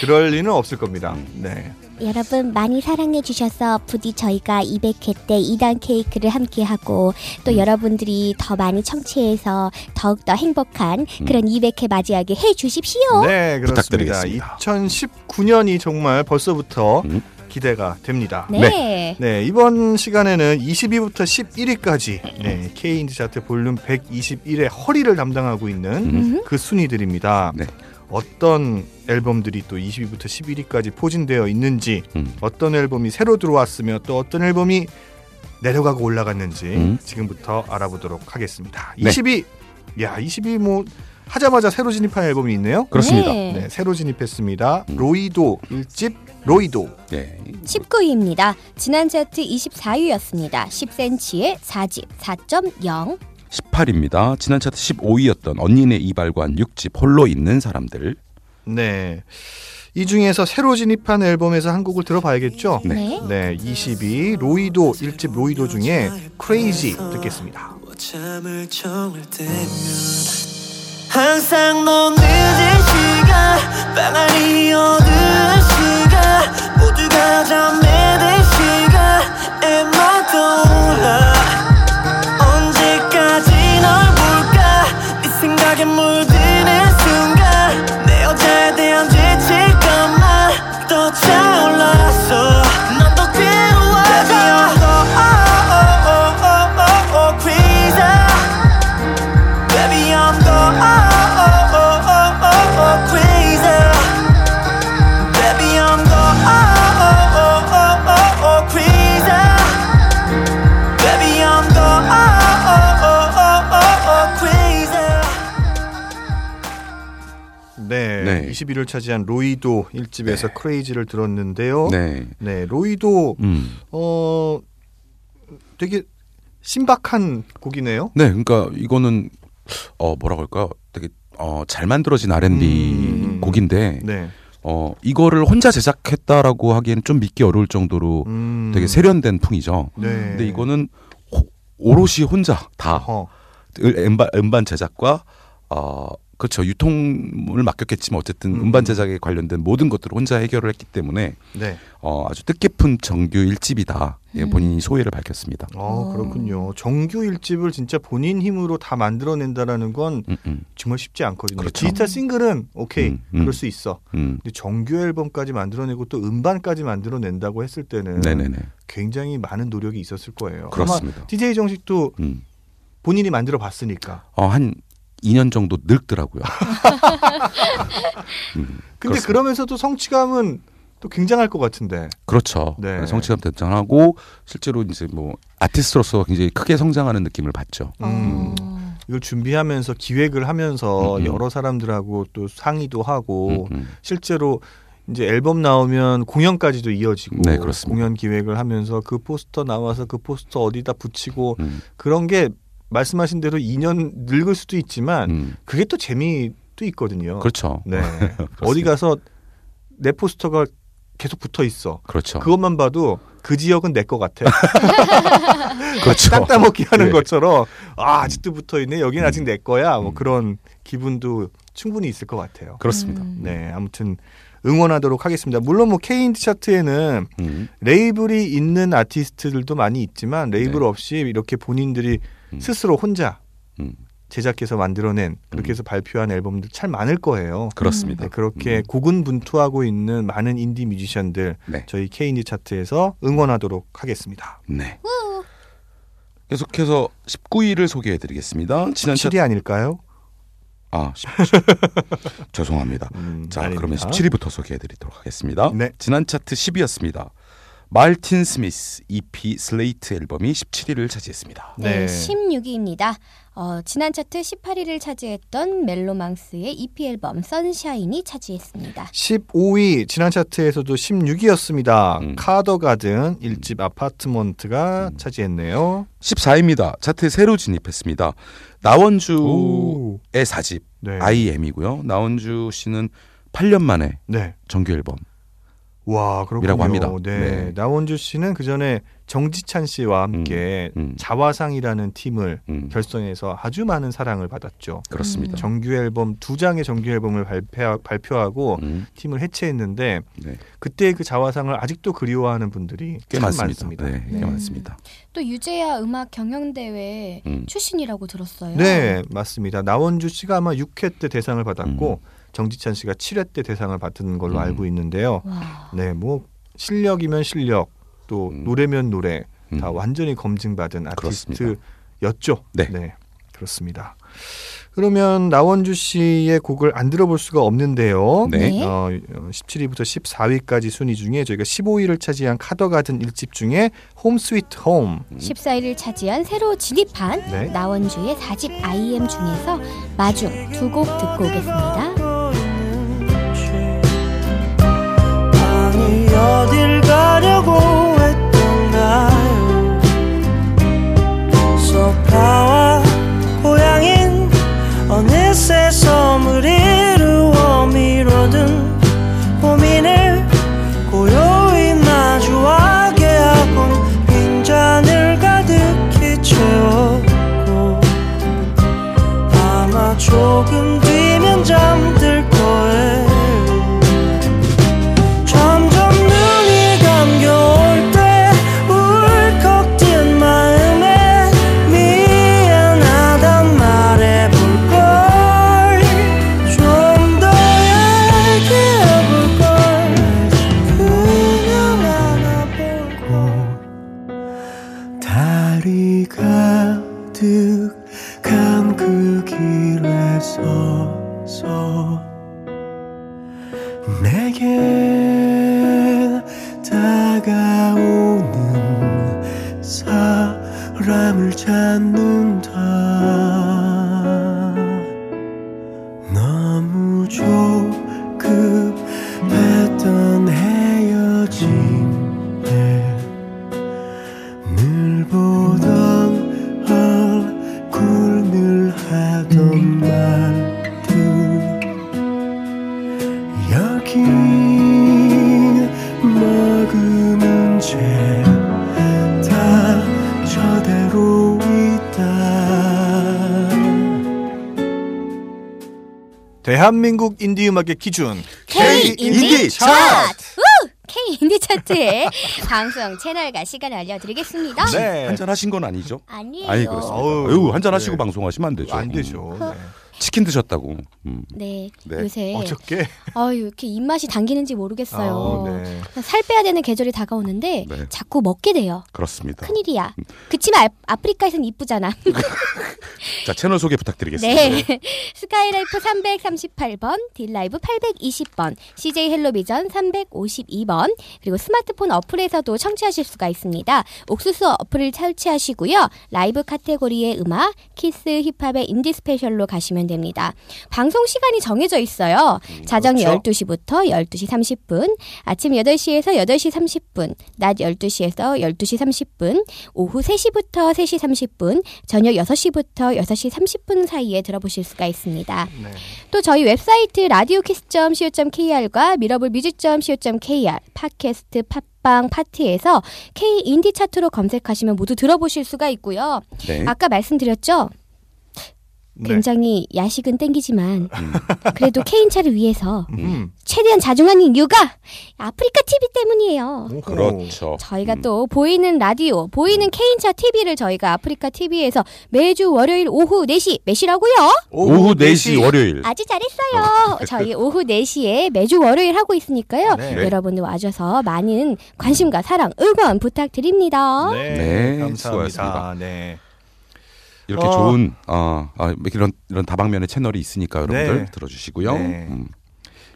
S1: 그럴 리는 없을 겁니다.
S3: 음.
S1: 네.
S2: 여러분 많이 사랑해 주셔서 부디 저희가 200회 때 2단 케이크를 함께 하고 또
S3: 음.
S2: 여러분들이 더 많이 청취해서 더욱더 행복한
S3: 음.
S2: 그런 200회 맞이하게 해 주십시오.
S1: 네, 그렇습니다.
S3: 부탁드리겠습니다.
S1: 2019년이 정말 벌써부터
S3: 음.
S1: 기대가 됩니다.
S2: 네.
S1: 네, 이번 시간에는 22부터 11위까지 네, K인디 차트 볼륨 121의 허리를 담당하고 있는
S3: 음.
S1: 그 순위들입니다.
S3: 네.
S1: 어떤 앨범들이 또 22부터 11위까지 포진되어 있는지,
S3: 음.
S1: 어떤 앨범이 새로 들어왔으며 또 어떤 앨범이 내려가고 올라갔는지
S3: 음.
S1: 지금부터 알아보도록 하겠습니다.
S3: 네.
S1: 22. 야, 22 뭐 하자마자 새로 진입한 앨범이 있네요.
S3: 그렇습니다.
S2: 네.
S1: 네, 새로 진입했습니다.
S3: 음.
S1: 로이도 1집 로이도.
S3: 예.
S2: 19위입니다. 지난 차트 24위였습니다. 10cm의 4집 4.0.
S3: 18입니다. 지난 차트 15위였던 언니네 이발관 6집 홀로 있는 사람들.
S1: 네. 이 중에서 새로 진입한 앨범에서 한 곡을 들어봐야겠죠?
S2: 네.
S1: 네, 22 로이도 1집 로이도 중에 크레이지 듣겠습니다.
S7: 잠을 청할 때면 항상 너 늦은 시간 빵안이 어두운 시간 모두가 잠에들 시간 애마 떠올라 언제까지 널 볼까 네 생각에 물드는 순간 내 어제에 대한 죄책감만 더 차올랐어 난 더 괴로워져 Baby, I'm the oh, oh, oh, oh, oh, crazy Baby I'm the oh, oh, oh, oh, oh, oh, crazy Baby I'm the oh, oh, oh, oh, oh, oh, crazy Baby, I'm the oh, oh, oh, oh, oh, oh, crazy.
S1: 네,
S3: 네.
S1: 21을 차지한 로이도 1집에서 크레이지를 들었는데요. 네,
S3: 네.
S1: 로이도
S3: 음.
S1: 어 되게 신박한 곡이네요.
S3: 네, 그러니까 이거는 어 뭐라고 할까? 되게 어 잘 만들어진 R&B
S1: 음.
S3: 곡인데
S1: 네,
S3: 어 이거를 혼자 제작했다라고 하기에는 좀 믿기 어려울 정도로
S1: 음,
S3: 되게 세련된 풍이죠.
S1: 네.
S3: 근데 이거는 호- 오롯이 혼자 다
S1: 어허.
S3: 을- 음반, 음반 제작과 어 그렇죠 유통을 맡겼겠지만 어쨌든
S1: 음.
S3: 음. 반 제작에 관련된 모든 것들을 혼자 해결을 했기 때문에
S1: 네,
S3: 어 아주 뜻깊은 정규 1집이다 예, 본인이 소회를 밝혔습니다.
S1: 어 그렇군요. 정규 1집을 진짜 본인 힘으로 다 만들어낸다라는 건
S3: 음, 음,
S1: 정말 쉽지 않거든요.
S3: 그렇죠.
S1: 디지털 싱글은 오케이,
S3: 음, 음.
S1: 그럴 수 있어.
S3: 음.
S1: 근데 정규 앨범까지 만들어내고 또 음반까지 만들어낸다고 했을 때는
S3: 네네네
S1: 굉장히 많은 노력이 있었을 거예요.
S3: 그렇습니다.
S1: 아마 DJ 정식도
S3: 음.
S1: 본인이 만들어 봤으니까.
S3: 어, 한 2년 정도 늙더라고요. 음,
S1: 근데
S3: 그렇습니다.
S1: 그러면서도 성취감은 또 굉장할 것 같은데.
S3: 그렇죠.
S1: 네.
S3: 성취감 대단하고 실제로 이제 뭐 아티스트로서 굉장히 크게 성장하는 느낌을 받죠.
S2: 아. 어.
S1: 음. 이걸 준비하면서 기획을 하면서
S3: 음, 음.
S1: 여러 사람들하고 또 상의도 하고
S3: 음, 음.
S1: 실제로 이제 앨범 나오면 공연까지도 이어지고
S3: 네, 그렇습니다.
S1: 공연 기획을 하면서 그 포스터 나와서 그 포스터 어디다 붙이고
S3: 음,
S1: 그런 게 말씀하신 대로 2년 늙을 수도 있지만
S3: 음.
S1: 그게 또 재미도 있거든요.
S3: 그렇죠.
S1: 네. 어디 가서 내 포스터가 계속 붙어 있어.
S3: 그렇죠.
S1: 그것만 봐도 그 지역은 내 것 같아.
S3: 그렇죠.
S1: 땅 따먹기 하는
S3: 예.
S1: 것처럼 아, 아직도 붙어 있네. 여긴 아직 내 거야. 뭐
S3: 음.
S1: 그런 기분도 충분히 있을 것 같아요.
S3: 그렇습니다.
S1: 네, 아무튼 응원하도록 하겠습니다. 물론 뭐 K인디 차트에는
S3: 음.
S1: 레이블이 있는 아티스트들도 많이 있지만 레이블
S3: 네.
S1: 없이 이렇게 본인들이
S3: 음.
S1: 스스로 혼자
S3: 음.
S1: 제작해서 만들어낸 그렇게
S3: 음.
S1: 해서 발표한 앨범들 참 많을 거예요.
S3: 그렇습니다.
S1: 네, 그렇게
S3: 음.
S1: 고군분투하고 있는 많은 인디 뮤지션들
S3: 네.
S1: 저희 K인디 차트에서 응원하도록 하겠습니다.
S3: 네. 계속해서 19위를 소개해드리겠습니다. 지난 차
S1: 7위 아닐까요?
S3: 아 10... 죄송합니다.
S1: 음,
S3: 자
S1: 아닙니다.
S3: 그러면 17위부터 소개해드리도록 하겠습니다.
S1: 네.
S3: 지난 차트 10위였습니다. 말틴 스미스 EP 슬레이트 앨범이 17위를 차지했습니다.
S2: 네.
S1: 네.
S2: 16위입니다. 어, 지난 차트 18위를 차지했던 멜로망스의 EP 앨범 선샤인이 차지했습니다.
S1: 15위 지난 차트에서도 16위였습니다.
S3: 음.
S1: 카더가든 1집 아파트먼트가 차지했네요.
S3: 14위입니다. 차트에 새로 진입했습니다. 나원주의
S1: 오.
S3: 사집
S1: 네.
S3: IM이고요. 나원주 씨는 8년 만에
S1: 네.
S3: 정규 앨범.
S1: 와, 그렇군요.
S3: 이라고 합니다.
S1: 네.
S3: 네.
S1: 나원주 씨는 그 전에 정지찬 씨와 함께
S3: 음,
S1: 자화상이라는 팀을
S3: 음,
S1: 결성해서 아주 많은 사랑을 받았죠.
S3: 그렇습니다.
S1: 정규 앨범 두 장의 정규 앨범을 발표, 발표하고
S3: 음,
S1: 팀을 해체했는데
S3: 네.
S1: 그때 그 자화상을 아직도 그리워하는 분들이
S3: 꽤
S1: 참
S3: 많습니다. 네, 꽤
S2: 네.
S3: 많습니다.
S2: 또 유재하 음악 경영대회
S3: 음.
S2: 출신이라고 들었어요.
S1: 네, 맞습니다. 나원주 씨가 아마 6회 때 대상을 받았고 정지찬 씨가 7회 때 대상을 받은 걸로
S3: 음.
S1: 알고 있는데요.
S2: 와.
S1: 네, 뭐 실력이면 실력, 또
S3: 음.
S1: 노래면 노래
S3: 음.
S1: 다 완전히 검증받은
S3: 그렇습니다.
S1: 아티스트였죠.
S3: 네.
S1: 그렇습니다. 그러면 나원주 씨의 곡을 안 들어볼 수가 없는데요.
S3: 네.
S2: 네.
S1: 어, 17위부터 14위까지 순위 중에 저희가 15위를 차지한 카더가든 1집 중에 홈 스위트 홈
S2: 14위를 차지한 새로 진입한
S1: 네.
S2: 나원주의 4집 IM 중에서 마중 두 곡 듣고 오겠습니다.
S7: 방이 어딜 가려고 했던가요 소파와 고향인 어느새 섬을 이루어 미뤄둔 고민을 고요히 마주하게 하곤 빈잔을 가득히 채웠고 아마 조금 뒤면 잠들 거예요 점점 눈이 감겨올 때 울컥된 마음에 미안하단 말해볼걸 좀 더 얘기해볼걸 그냥 안아볼걸
S5: 다리 가득 감 그 길에 서서 내게 다가오는 사람을 찾는다 너무 조급했던 헤어짐에 늘 보던 얼굴 늘 하던 말들 여기 머금은 채다 저대로 있다
S1: 대한민국 인디 음악의 기준
S2: K 인디
S1: 차트.
S2: K 인디 차트의 방송 채널과 시간 알려드리겠습니다.
S1: 네.
S3: 한잔 하신 건 아니죠?
S2: 아니에요.
S3: 아니 그렇습니다.
S1: 어우,
S3: 아유, 한잔 하시고
S1: 네.
S3: 방송하시면 안 되죠.
S1: 안
S3: 음.
S1: 되죠. 네.
S3: 치킨 드셨다고. 음.
S2: 네,
S3: 네.
S2: 요새
S1: 어저께
S2: 아유 이렇게 입맛이 당기는지 모르겠어요.
S1: 아우, 네.
S2: 살 빼야 되는 계절이 다가오는데
S3: 네.
S2: 자꾸 먹게 돼요.
S3: 그렇습니다.
S2: 큰일이야. 그치만 아, 아프리카에선 이쁘잖아.
S3: 자 채널 소개 부탁드리겠습니다.
S2: 네. 스카이라이프 338번, 딜라이브 820번, CJ 헬로비전 352번, 그리고 스마트폰 어플에서도 청취하실 수가 있습니다. 옥수수 어플을 설치하시고요. 라이브 카테고리의 음악, 키스, 힙합의 인디 스페셜로 가시면 됩니다. 방송 시간이 정해져 있어요. 자정
S1: 그렇죠.
S2: 12시부터 12시 30분, 아침 8시에서 8시 30분, 낮 12시에서 12시 30분, 오후 3시부터 3시 30분, 저녁 6시부터 6시 30분 사이에 들어보실 수가 있습니다.
S1: 네.
S2: 또 저희 웹사이트 radiokiss.co.kr과 미러볼 뮤직.co.kr, 팟캐스트, 팟빵, 파티에서 K 인디 차트로 검색하시면 모두 들어보실 수가 있고요.
S3: 네.
S2: 아까 말씀드렸죠?
S1: 네.
S2: 굉장히 야식은 땡기지만 그래도 K인 차를 위해서
S1: 음.
S2: 최대한 자중하는 이유가 아프리카 TV 때문이에요.
S1: 오호.
S3: 그렇죠.
S2: 저희가
S3: 음.
S2: 또 보이는 라디오, 보이는 케인차 TV를 저희가 아프리카 TV에서 매주 월요일 오후 4시, 몇 시라고요?
S3: 오후 4시 월요일.
S2: 아주 잘했어요. 저희 오후 4시에 매주 월요일 하고 있으니까요.
S1: 네.
S2: 여러분들 와줘서 많은 관심과 사랑, 응원 부탁드립니다.
S1: 네,
S3: 네,
S1: 감사합니다.
S3: 수고하셨습니다.
S1: 네.
S3: 이렇게
S1: 어.
S3: 좋은 어, 아, 이런 이런 다방면의 채널이 있으니까 여러분들
S1: 네.
S3: 들어주시고요.
S1: 네.
S3: 음.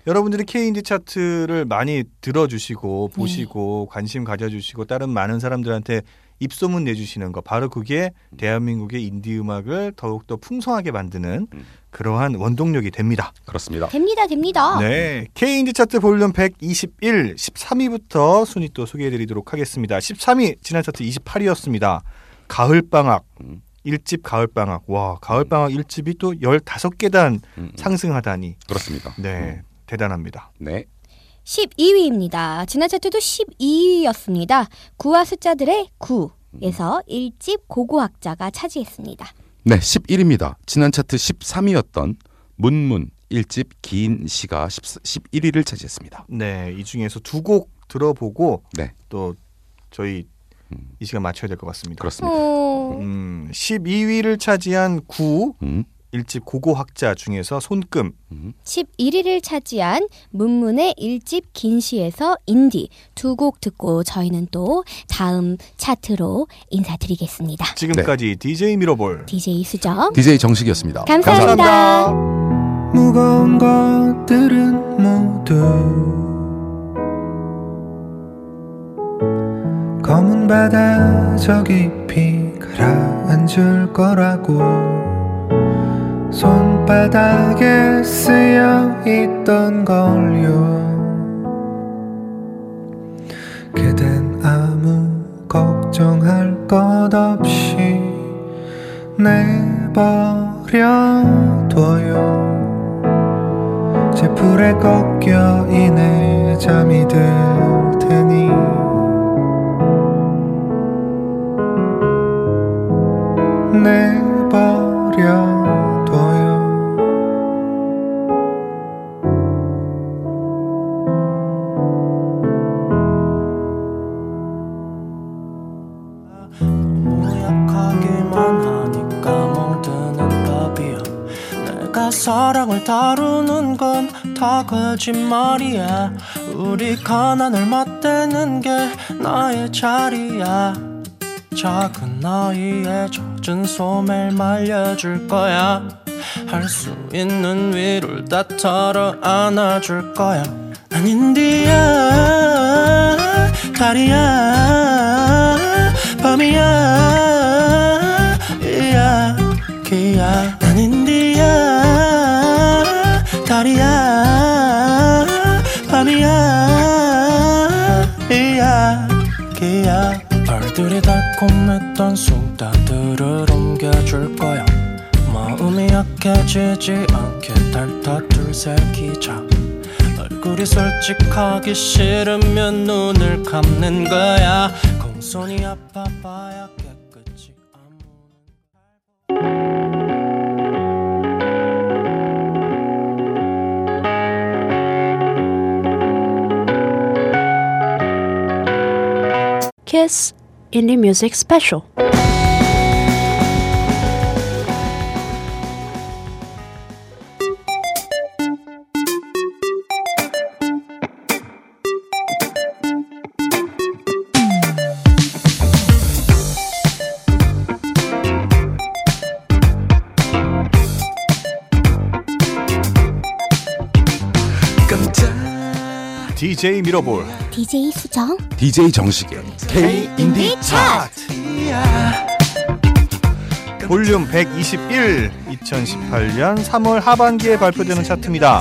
S1: 여러분들이 K인디 차트를 많이 들어주시고
S3: 네.
S1: 보시고 관심 가져주시고 다른 많은 사람들한테 입소문 내주시는 거 바로 그게
S3: 음.
S1: 대한민국의 인디 음악을 더욱 더 풍성하게 만드는
S3: 음.
S1: 그러한 원동력이 됩니다.
S3: 그렇습니다.
S2: 됩니다,
S3: 아.
S2: 됩니다.
S1: 네, K인디 차트 볼륨 121, 13위부터 순위 또 소개해드리도록 하겠습니다. 13위 지난 차트 28위였습니다. 가을 방학
S3: 음.
S1: 1집 가을 방학 와 가을 방학 1집이 또 15계단
S3: 음, 음.
S1: 상승하다니
S3: 그렇습니다.
S1: 네
S3: 음.
S1: 대단합니다.
S3: 네.
S2: 12위입니다. 지난 차트도 12위였습니다. 구와 숫자들의 구에서 1집 고고학자가 차지했습니다.
S3: 네, 11위입니다. 지난 차트 13위였던 문문 1집 긴 시가 1 1위를 차지했습니다.
S1: 네, 이 중에서 두 곡 들어보고
S3: 네.
S1: 또 저희
S3: 음.
S1: 음. 이 시간 맞춰야 될 것 같습니다.
S3: 그렇습니다.
S2: 어...
S1: 음, 12위를 차지한 구
S3: 음.
S1: 일집 고고학자 중에서 손금
S2: 11위를 차지한 문문의 일집 긴시에서 인디 두 곡 듣고 저희는 또 다음 차트로 인사드리겠습니다.
S1: 지금까지 DJ 미러볼
S2: DJ 수정
S3: DJ 정식이었습니다.
S2: 감사합니다. 감사합니다.
S5: 무거운 것들은 모두 검은 바다 저 깊이 가라앉을 거라고 손바닥에 쓰여 있던 걸요 그댄 아무 걱정할 것 없이 내버려둬요 제 풀에 꺾여 이내 잠이 들 테니 내버려둬요
S7: 모약하기만 하니까 멍드는 답이야 내가 사랑을 다루는 건 다 거짓말이야 우리 가난을 맞대는 게 나의 자리야 작은 나이에 젖은 소매를 말려줄 거야 할 수 있는 위를 다 털어 안아줄 거야 난 인디야 달이야 밤이야 이야기야 난 인디야 달이야 밤이야 이야기야 별들이 달콤했던 순간들을 옮겨줄 거야 마음이 약해지지 않게 달타둘 새기자 얼굴이 솔직하기 싫으면 눈을 감는 거야 공손히 아파봐야 깨끗이 아무
S6: Kiss Indie Music Special.
S1: DJ 미러볼
S2: DJ 수정
S3: DJ 정식의 K 인디
S1: 볼륨 121 2018년 3월 하반기에 발표되는 차트입니다.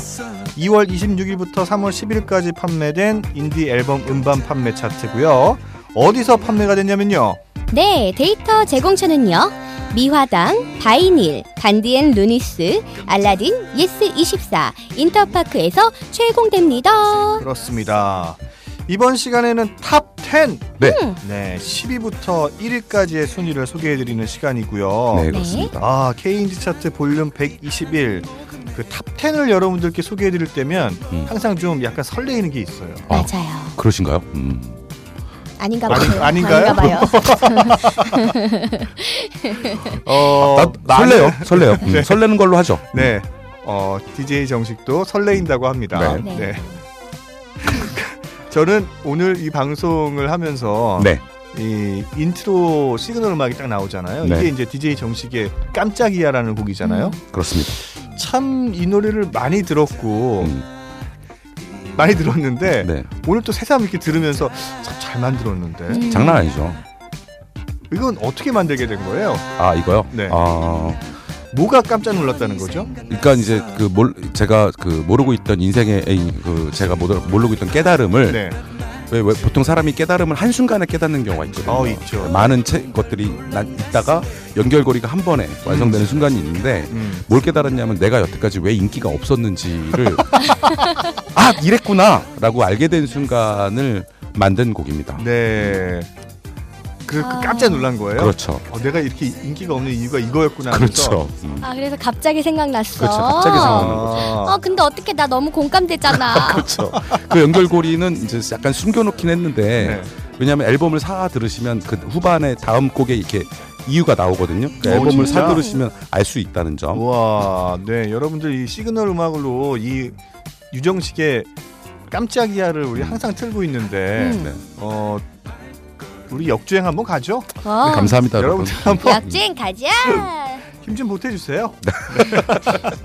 S1: 2월 26일부터 3월 10일까지 판매된 인디 앨범 음반 판매 차트고요. 어디서 판매가 됐냐면요.
S2: 네, 데이터 제공처는요. 미화당, 바이닐, 반디앤 루니스, 알라딘, 예스24, 인터파크에서
S3: 어.
S2: 최공됩니다.
S1: 그렇습니다. 이번 시간에는 탑 10.
S3: 네.
S1: 네, 10위부터 1위까지의 순위를 so개해 드리는 시간이고요.
S3: 네 그렇습니다.
S1: 아, K인지 차트 볼륨 121. 그 탑 10을 여러분들께 소개해 드릴 때면
S3: 음.
S1: 항상 좀 약간 설레이는 게 있어요.
S3: 아.
S2: 맞아요.
S3: 그러신가요? 음.
S2: 아닌가
S1: 아니,
S2: 봐요.
S1: 아닌가요?
S2: 아닌가 봐요.
S1: 어,
S3: 아, 나- 설레요, 설레요. 음,
S1: 네.
S3: 설레는 걸로 하죠.
S1: 네. 어, DJ 정식도 설레인다고 합니다.
S2: 네.
S1: 네. 저는 오늘 이 방송을 하면서
S3: 네.
S1: 이 인트로 시그널 음악이 딱 나오잖아요.
S3: 네.
S1: 이게 이제 DJ 정식의 깜짝이야라는 곡이잖아요.
S3: 음. 그렇습니다.
S1: 참 이 노래를 많이 들었고
S3: 음,
S1: 많이 들었는데
S3: 네.
S1: 오늘 또 새삼 이렇게 들으면서
S2: 아.
S1: 참 잘 만들었는데
S2: 음.
S3: 장난 아니죠.
S1: 이건 어떻게 만들게 된 거예요?
S3: 아 이거요?
S1: 네.
S3: 아
S1: 뭐가 깜짝 놀랐다는 거죠?
S3: 그러니까 이제 그 몰 제가 그 모르고 있던 인생의 에이, 그 제가 모르, 모르고 있던 깨달음을
S1: 네.
S3: 왜, 왜 보통 사람이 깨달음을 한 순간에 깨닫는 경우가 있거든요. 그
S1: 어, 있죠.
S3: 많은 채, 것들이 난 있다가 연결고리가 한 번에 완성되는 순간이 있는데
S1: 음.
S3: 뭘 깨달았냐면 내가 여태까지 왜 인기가 없었는지를 아 이랬구나라고 알게 된 순간을 만든 곡입니다.
S1: 네. 그,
S2: 아.
S1: 그 깜짝 놀란 거예요?
S3: 그렇죠.
S1: 어, 내가 이렇게 인기가 없는 이유가 이거였구나. 하면서.
S3: 그렇죠. 음.
S2: 아, 그래서 갑자기 생각났어.
S3: 그렇죠. 갑자기 생각나는
S1: 아,
S2: 어, 근데 어떻게 나 너무 공감되잖아.
S3: 그렇죠. 그 연결고리는 이제 약간 숨겨놓긴
S1: 네.
S3: 했는데 왜냐하면 앨범을 사 들으시면 그 후반에 다음 곡에 이렇게 이유가 나오거든요. 그러니까
S1: 오,
S3: 앨범을
S1: 진짜?
S3: 사들으시면 알 수 있다는 점.
S1: 우와, 네 여러분들 이 시그널 음악으로 이 유정식의 깜짝이야를
S3: 음.
S1: 우리 항상 틀고 있는데
S2: 음.
S3: 네.
S1: 어 우리 역주행 한번 가죠.
S2: 어.
S3: 네, 감사합니다, 여러분.
S1: 여러분들 한번
S2: 약주행 가자.
S1: 힘 좀 보태주세요.
S3: 네,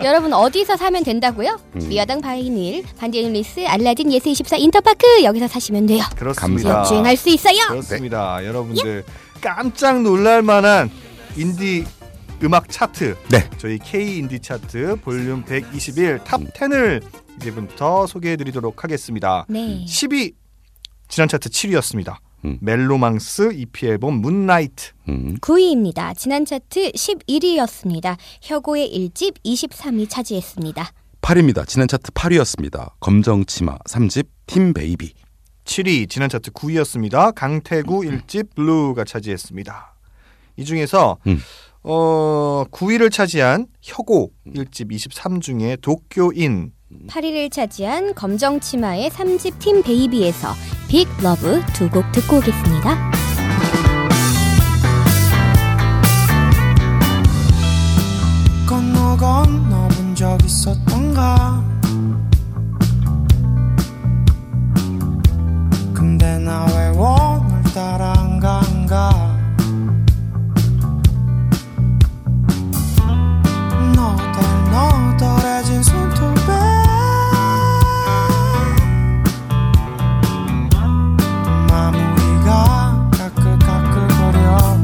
S2: 여러분 어디서 사면 된다고요?
S3: 음.
S2: 미화당 바이닐, 반디뉴리스, 알라딘 예스 24 인터파크 여기서 사시면 돼요.
S3: 아.
S1: 그렇습니다.
S2: 역주행할 수 있어요.
S1: 그렇습니다.
S3: 네.
S1: 여러분들 깜짝 놀랄 만한 인디 음악 차트.
S3: 네.
S1: 저희 K 인디 차트 볼륨 121 탑 10을 이제부터 소개해 드리도록 하겠습니다.
S2: 네.
S1: 10위 지난 차트 7위였습니다.
S3: 음.
S1: 멜로망스 EP 앨범 문나이트.
S3: 음.
S2: 9위입니다. 지난 차트 11위였습니다. 혁오의 1집 23위 차지했습니다.
S3: 8위입니다. 지난 차트 8위였습니다. 검정치마 3집 팀 베이비.
S1: 7위 지난 차트 9위였습니다.
S3: 음.
S1: 강태구 1집 블루가 차지했습니다. 이 중에서
S3: 음.
S1: 어, 9위를 차지한 혁오 1집 23 중에 도쿄인
S2: 8위를 차지한 검정치마의 3집 팀 베이비에서 빅 러브 두 곡 듣고 오겠습니다.
S7: 건너 건너 본 적 있었던가 근데 나 왜 오늘따라 안 간가 너덜 너덜해진 손톱에 마무리가 까끌까끌거려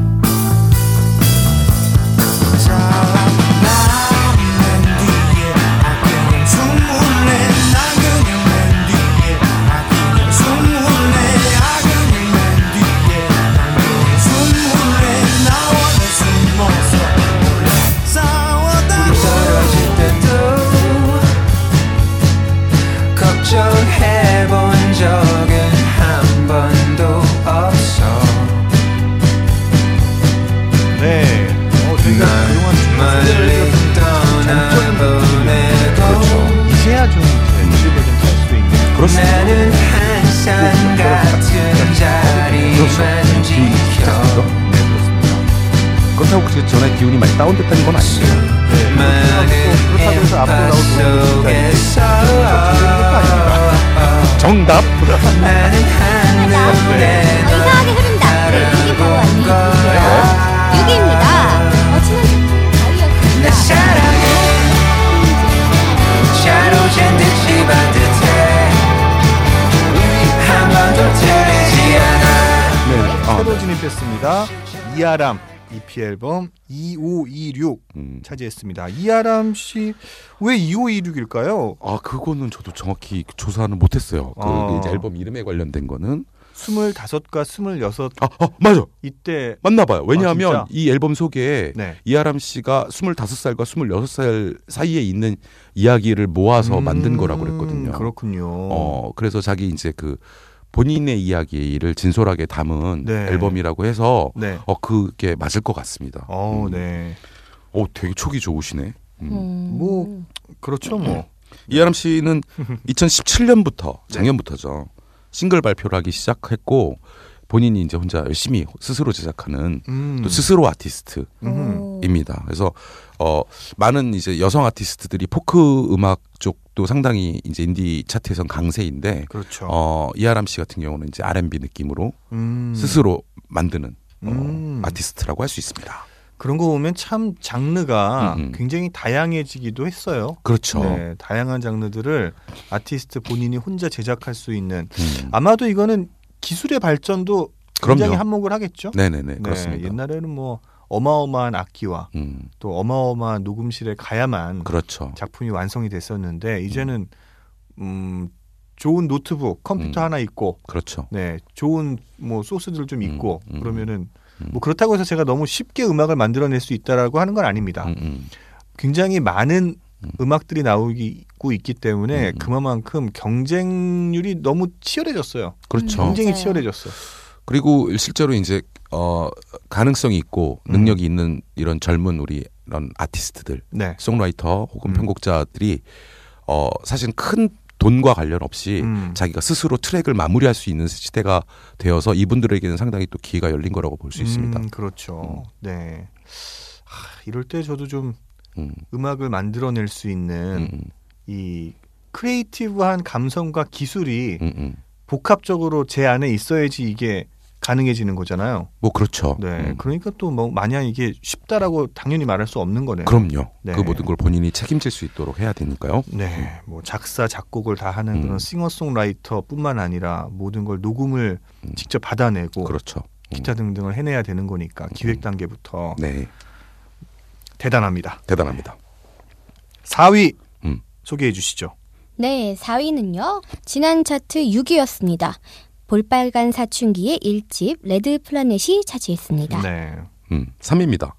S8: 걱정해본 적은 한 번도 없어
S1: 네. 어, 저희가 그동안
S8: 멀리 떠나보내고
S3: 그렇죠.
S1: 이제야 좀 주식을 좀잘수 있는
S8: 나는 항상 같은
S3: 네,
S8: 자리만 지켜
S3: 그렇다고 그 전에 기운이 많이 다운됐다는 건 아니에요.
S8: 많은
S1: 네. 그렇다고 해서 앞으로
S8: 엠파
S1: 나올 수 있는
S8: 속에서
S3: 정답.
S8: 나는 한눈에 널
S2: 이상하게 흐른다. 네, 이게 바로 안내해 주시고요. 6위입니다. 어, 거친한 제품
S8: 내
S2: 바이였습니다.
S8: 사랑해 샤로젠 듯이 반듯해 한 번도 틀리지 않아
S3: 네. 아,
S1: 새로 진입했습니다. 이아람 EP 앨범 2526
S3: 음.
S1: 차지했습니다. 이아람 씨 왜 2526일까요?
S3: 아 그거는 저도 정확히 조사는 못했어요. 그
S1: 아.
S3: 이제 앨범 이름에 관련된 거는
S1: 25과 26
S3: 아, 아 맞아
S1: 이때
S3: 맞나 봐요. 왜냐하면
S1: 아, 진짜?
S3: 이 앨범 소개에
S1: 네.
S3: 이아람 씨가 25살과 26살 사이에 있는 이야기를 모아서 만든 거라고
S1: 음,
S3: 그랬거든요.
S1: 그렇군요.
S3: 어 그래서 자기 이제 그 본인의 이야기를 진솔하게 담은
S1: 네.
S3: 앨범이라고 해서
S1: 네.
S3: 어 그게 맞을 것 같습니다.
S1: 어,
S3: 음.
S1: 네.
S3: 어 되게 촉이 좋으시네. 음.
S1: 뭐 그렇죠, 뭐.
S3: 이하람 씨는 2017년부터
S1: 네.
S3: 작년부터죠 싱글 발표를 하기 시작했고 본인이 이제 혼자 열심히 스스로 제작하는
S1: 음.
S3: 또 스스로 아티스트입니다.
S1: 음.
S3: 그래서 어 많은 이제 여성 아티스트들이 포크 음악 쪽도 상당히 이제 인디 차트에선 강세인데
S1: 그렇죠.
S3: 어 이하람 씨 같은 경우는 이제 R&B 느낌으로
S1: 음.
S3: 스스로 만드는 어,
S1: 음.
S3: 아티스트라고 할 수 있습니다.
S1: 그런 거 보면 참 장르가
S3: 음, 음.
S1: 굉장히 다양해지기도 했어요.
S3: 그렇죠.
S1: 네, 다양한 장르들을 아티스트 본인이 혼자 제작할 수 있는
S3: 음.
S1: 아마도 이거는 기술의 발전도
S3: 그럼요.
S1: 굉장히 한몫을 하겠죠.
S3: 네네네
S1: 네,
S3: 그렇습니다.
S1: 옛날에는 뭐 어마어마한 악기와
S3: 음,
S1: 또 어마어마한 녹음실에 가야만
S3: 그렇죠.
S1: 작품이 완성이 됐었는데 이제는 음, 좋은 노트북, 컴퓨터
S3: 음.
S1: 하나 있고
S3: 그렇죠.
S1: 네, 좋은 뭐 소스들 좀 있고
S3: 음, 음.
S1: 그러면은
S3: 음.
S1: 뭐 그렇다고 해서 제가 너무 쉽게 음악을 만들어낼 수 있다라고 하는 건 아닙니다.
S3: 음, 음.
S1: 굉장히 많은
S3: 음.
S1: 음악들이 나오고 있기 때문에
S3: 음.
S1: 그만큼 경쟁률이 너무 치열해졌어요.
S3: 그렇죠.
S2: 음,
S1: 굉장히
S2: 맞아요.
S1: 치열해졌어.
S3: 그리고 실제로 이제 어 가능성이 있고
S1: 음.
S3: 능력이 있는 이런 젊은 우리 이런 아티스트들,
S1: 네.
S3: 송라이터 혹은
S1: 음.
S3: 편곡자들이 어 사실 큰 돈과 관련 없이
S1: 음.
S3: 자기가 스스로 트랙을 마무리할 수 있는 시대가 되어서 이분들에게는 상당히 또 기회가 열린 거라고 볼 수 있습니다.
S1: 음, 그렇죠. 네. 하, 이럴 때 저도 좀
S3: 음,
S1: 음악을 만들어낼 수 있는
S3: 음,
S1: 이 크리에이티브한 감성과 기술이
S3: 음, 음.
S1: 복합적으로 제 안에 있어야지 이게 가능해지는 거잖아요.
S3: 뭐 그렇죠.
S1: 네.
S3: 음.
S1: 그러니까 또 뭐 마냥 이게 쉽다라고 당연히 말할 수 없는 거네요.
S3: 그럼요.
S1: 네.
S3: 그 모든 걸 본인이 책임질 수 있도록 해야 되니까요.
S1: 네, 뭐 작사 작곡을 다 하는
S3: 음.
S1: 그런 싱어송라이터뿐만 아니라 모든 걸 녹음을
S3: 음.
S1: 직접 받아내고
S3: 그렇죠. 음.
S1: 기타 등등을 해내야 되는 거니까 기획 단계부터
S3: 네,
S1: 대단합니다.
S3: 대단합니다.
S1: 4위
S3: 음.
S1: 소개해 주시죠.
S2: 네, 4위는요. 지난 차트 6위였습니다. 볼빨간 사춘기의 1집 레드 플라넷이 차지했습니다.
S1: 네.
S3: 음, 3위입니다.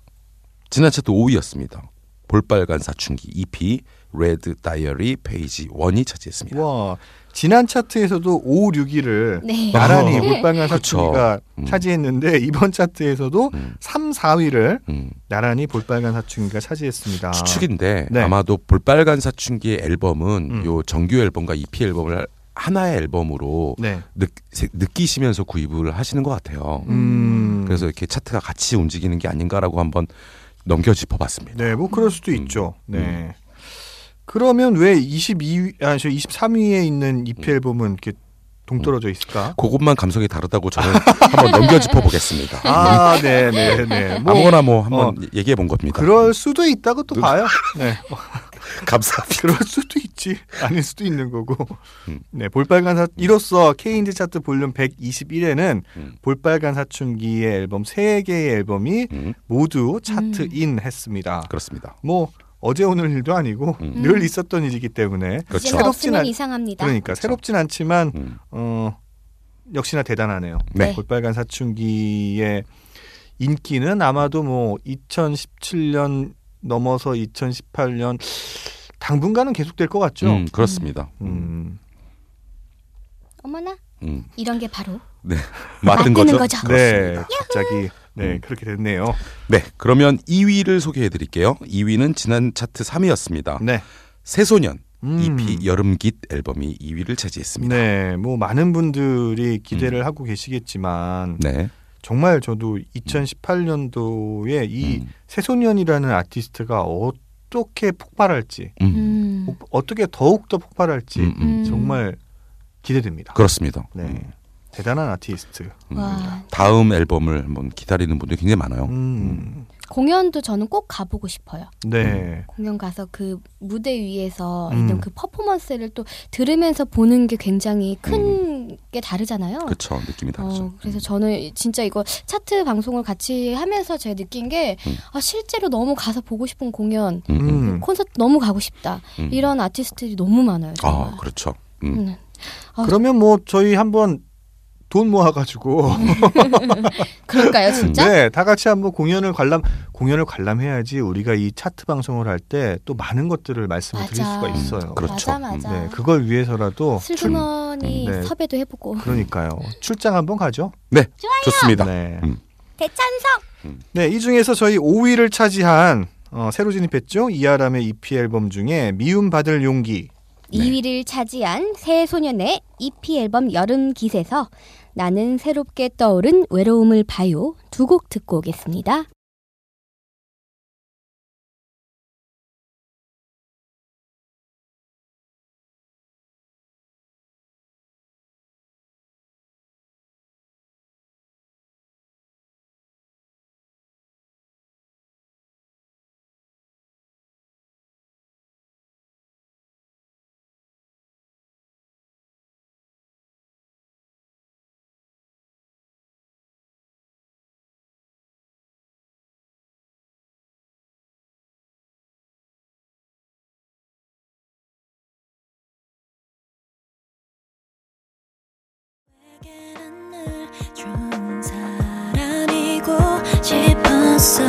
S3: 지난 차트 5위였습니다. 볼빨간 사춘기 E EP 레드 다이어리 페이지 1이 차지했습니다.
S1: 와 지난 차트에서도 5, 6위를
S2: 네.
S1: 나란히
S3: 어.
S1: 볼빨간
S3: 그쵸.
S1: 사춘기가
S3: 음.
S1: 차지했는데 이번 차트에서도
S3: 음.
S1: 3, 4위를
S3: 음,
S1: 나란히 볼빨간 사춘기가 차지했습니다.
S3: 추측인데
S1: 아, 네.
S3: 아마도 볼빨간 사춘기의 앨범은
S1: 음.
S3: 요 정규 앨범과 EP 앨범을 하나의 앨범으로
S1: 네.
S3: 느, 세- 느끼시면서 구입을 하시는 것 같아요.
S1: 음.
S3: 그래서 이렇게 차트가 같이 움직이는 게 아닌가라고 한번 넘겨 짚어봤습니다.
S1: 네, 뭐 그럴 수도
S3: 음.
S1: 있죠. 네. 그러면 왜 22위 아, 저 23위에 있는 EP
S3: 음.
S1: 앨범은 이렇게 동떨어져 있을까?
S3: 그것만 감성이 다르다고 저는 한번 넘겨 짚어보겠습니다. 음.
S1: 아, 네, 네, 네. 뭐
S3: 아무거나 뭐 한번 얘기해 본 겁니다.
S1: 그럴 수도 있다고 또
S3: 누-
S1: 봐요. 네.
S3: 감사합니다.
S1: 그럴 수도 있지. 아닐 수도 있는 거고.
S3: 음.
S1: 네, 볼빨간 사 이로써 K인디 차트 볼륨 121에는
S3: 음.
S1: 볼빨간 사춘기의 앨범 세개의 앨범이
S3: 음,
S1: 모두 차트인 했습니다.
S3: 그렇습니다.
S1: 뭐 어제 오늘 일도 아니고
S3: 음.
S1: 늘 있었던 일이기 때문에
S3: 그렇죠.
S2: 이제는 없으면
S1: 새롭진 않-
S2: 이상합니다.
S1: 그러니까 새롭진 않지만
S3: 음,
S1: 어, 역시나 대단하네요.
S3: 네.
S1: 볼빨간 사춘기의 인기는 아마도 뭐 2017년 넘어서 2018년 당분간은 계속될 것 같죠.
S3: 음, 그렇습니다. 음,
S1: 음.
S2: 어머나,
S3: 음.
S2: 이런 게 바로
S3: 맞는
S2: 맞드는
S3: 거죠?
S2: 거죠.
S1: 네,
S3: 아, 그렇습니다.
S1: 갑자기 네
S3: 음.
S1: 그렇게 됐네요.
S3: 네, 그러면 2위를 소개해 드릴게요. 2위는 지난 차트 3위였습니다.
S1: 네,
S3: 새소년
S1: 음.
S3: EP 여름깃 앨범이 2위를 차지했습니다.
S1: 네, 뭐 많은 분들이 기대를
S3: 음.
S1: 하고 계시겠지만
S3: 네.
S1: 정말 저도 2018년도에 이
S3: 음,
S1: 새소년이라는 아티스트가 어떻게 폭발할지,
S3: 음,
S2: 음.
S1: 어- 어떻게 더욱 더 폭발할지
S3: 음, 음.
S2: 음.
S1: 정말 기대됩니다.
S3: 그렇습니다.
S1: 네.
S3: 음,
S1: 대단한 아티스트.
S3: 음.
S2: 와.
S3: 다음 앨범을 한번 기다리는 분들이 굉장히 많아요.
S1: 음.
S2: 공연도 저는 꼭 가보고 싶어요.
S3: 음.
S1: 네.
S2: 공연 가서 그 무대 위에서
S1: 음.
S2: 있는 그 퍼포먼스를 또 들으면서 보는 게 굉장히 큰
S1: 음.
S2: 게 다르잖아요.
S3: 그렇죠. 느낌이 다르죠.
S2: 어, 그래서 저는 진짜 이거 차트 방송을 같이 하면서 제가 느낀 게
S3: 음.
S2: 아, 실제로 너무 가서 보고 싶은 공연,
S3: 음, 음,
S1: 음.
S2: 콘서트 너무 가고 싶다.
S3: 음.
S2: 이런 아티스트들이 너무 많아요. 정말.
S3: 아, 그렇죠. 음.
S2: 음.
S1: 그러면 뭐 저희 한번 돈 모아가지고
S2: 그럴까요, 진짜?
S1: 네, 다 같이 한번 공연을 관람 공연을 관람해야지 우리가 이 차트 방송을 할 때 또 많은 것들을 말씀을 드릴
S2: 맞아.
S1: 수가 있어요.
S3: 그렇- 그렇죠.
S2: 맞아, 맞아.
S1: 네, 그걸
S3: 어,
S1: 위해서라도
S2: 슬그머니
S1: 음. 네.
S2: 섭외도 해보고.
S1: 그러니까요. 출장 한번 가죠.
S3: 네. 좋습니다.
S1: 네.
S3: 음.
S2: 대찬성!
S1: 네, 이 중에서 저희 5위를 차지한 어, 새로 진입했죠. 이아람의 EP 앨범 중에 미움 받을 용기.
S3: 네.
S2: 2위를 차지한 새소년의 EP 앨범 여름 기세서 나는 새롭게 떠오른 외로움을 봐요 두 곡 듣고 오겠습니다.
S4: 내게는 늘 좋은 사람이고 싶었어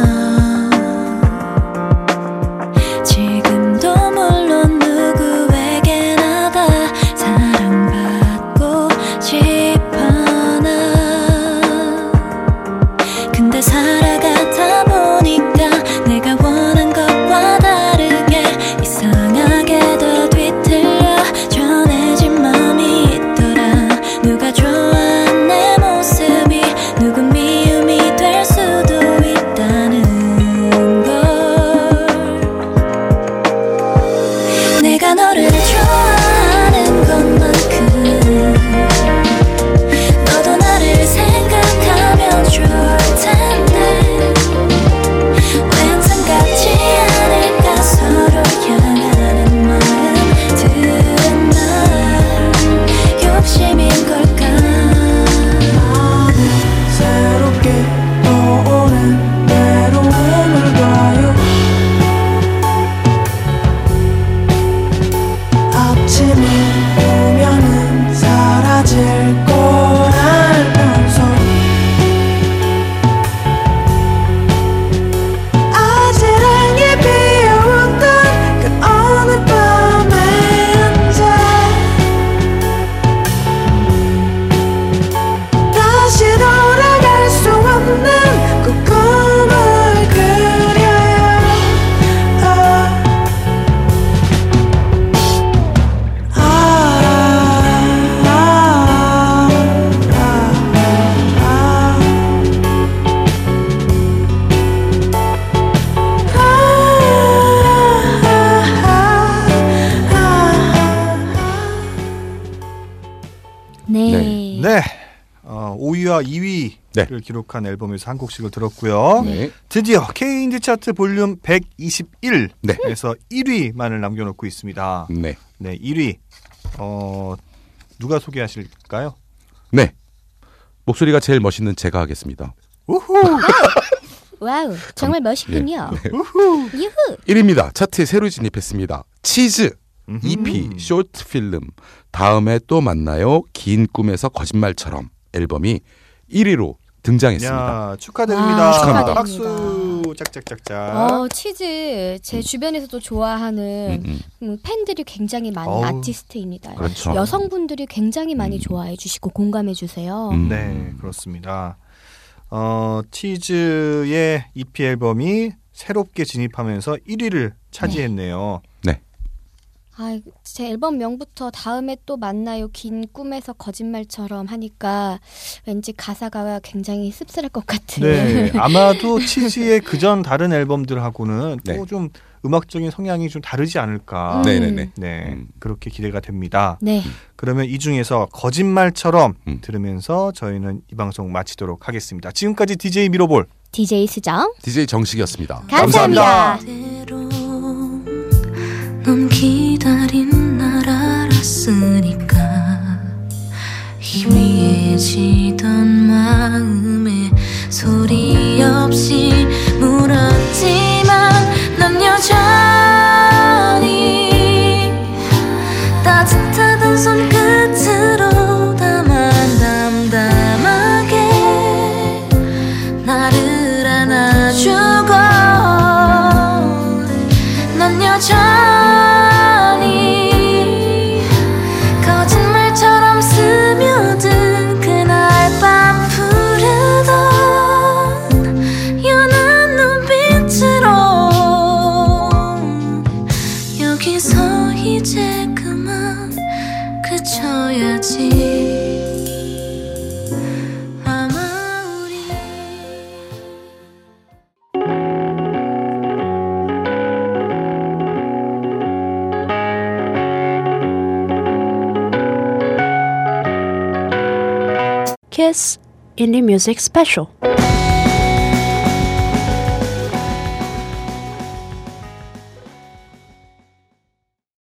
S4: 지금도 물론 누구에게나 다 사랑받고 싶어 나 근데 살아가다 보니까 내가 원한 것과 다르게 이상하게 더 뒤틀려 전해
S7: 그 아, 아, 아,
S2: 네.
S1: 네. 1위와 2위를
S3: 네.
S1: 어, 기록한 앨범에서 한 곡씩을 들었고요.
S3: 네.
S1: 드디어 K인디 차트 볼륨 121에서
S3: 네.
S1: 1위만을 남겨놓고 있습니다.
S3: 네.
S1: 네, 1위. 어, 누가 소개하실까요?
S3: 네. 목소리가 제일 멋있는 제가 하겠습니다.
S1: 우후!
S2: 와우, 정말 멋있군요.
S3: 예. 네.
S2: 유후.
S3: 1위입니다. 차트에 새로 진입했습니다. 치즈
S1: 음흠.
S3: EP 쇼트 필름 다음에 또 만나요. 긴 꿈에서 거짓말처럼 앨범이 1위로 등장했습니다.
S1: 야, 축하드립니다.
S2: 아, 축하드립니다.
S1: 박수! 짝짝짝짝.
S2: 어, 치즈 제 주변에서도 좋아하는
S3: 아. 음, 음.
S2: 음, 팬들이 굉장히 많은
S1: 어우,
S2: 아티스트입니다.
S3: 그렇죠.
S2: 여성분들이 굉장히 많이
S3: 음.
S2: 좋아해 주시고 공감해 주세요.
S3: 음.
S1: 네, 그렇습니다. 어, 치즈의 EP 앨범이 새롭게 진입하면서 1위를 차지했네요.
S2: 아, 제 앨범 명부터 다음에 또 만나요. 긴 꿈에서 거짓말처럼 하니까 왠지 가사가 굉장히 씁쓸할 것 같은. 음.
S1: 네, 아마도 치즈의 그전 다른 앨범들하고는
S3: 네.
S1: 또 좀 음악적인 성향이 좀 다르지 않을까.
S2: 음.
S3: 네네네.
S1: 네,
S3: 음.
S1: 그렇게 기대가 됩니다.
S2: 네.
S1: 그러면 이 중에서 거짓말처럼
S3: 음.
S1: 들으면서 저희는 이 방송 마치도록 하겠습니다. 지금까지 DJ 미로볼.
S2: DJ 수정
S3: DJ 정식이었습니다.
S2: 감사합니다.
S4: 그대로 넌 기다린 날 알았으니까 희미해지던 마음에 소리 없이 물었지만 난 여전히 따뜻하던 손끝으로 담아 담담하게 나를 안아주고 넌 여전히 거짓말처럼 스며든 그날 밤 푸르던 연한 눈빛으로 여기서 이제 그만 그쳐야지 아마 우리
S6: Kiss Indie Music Special.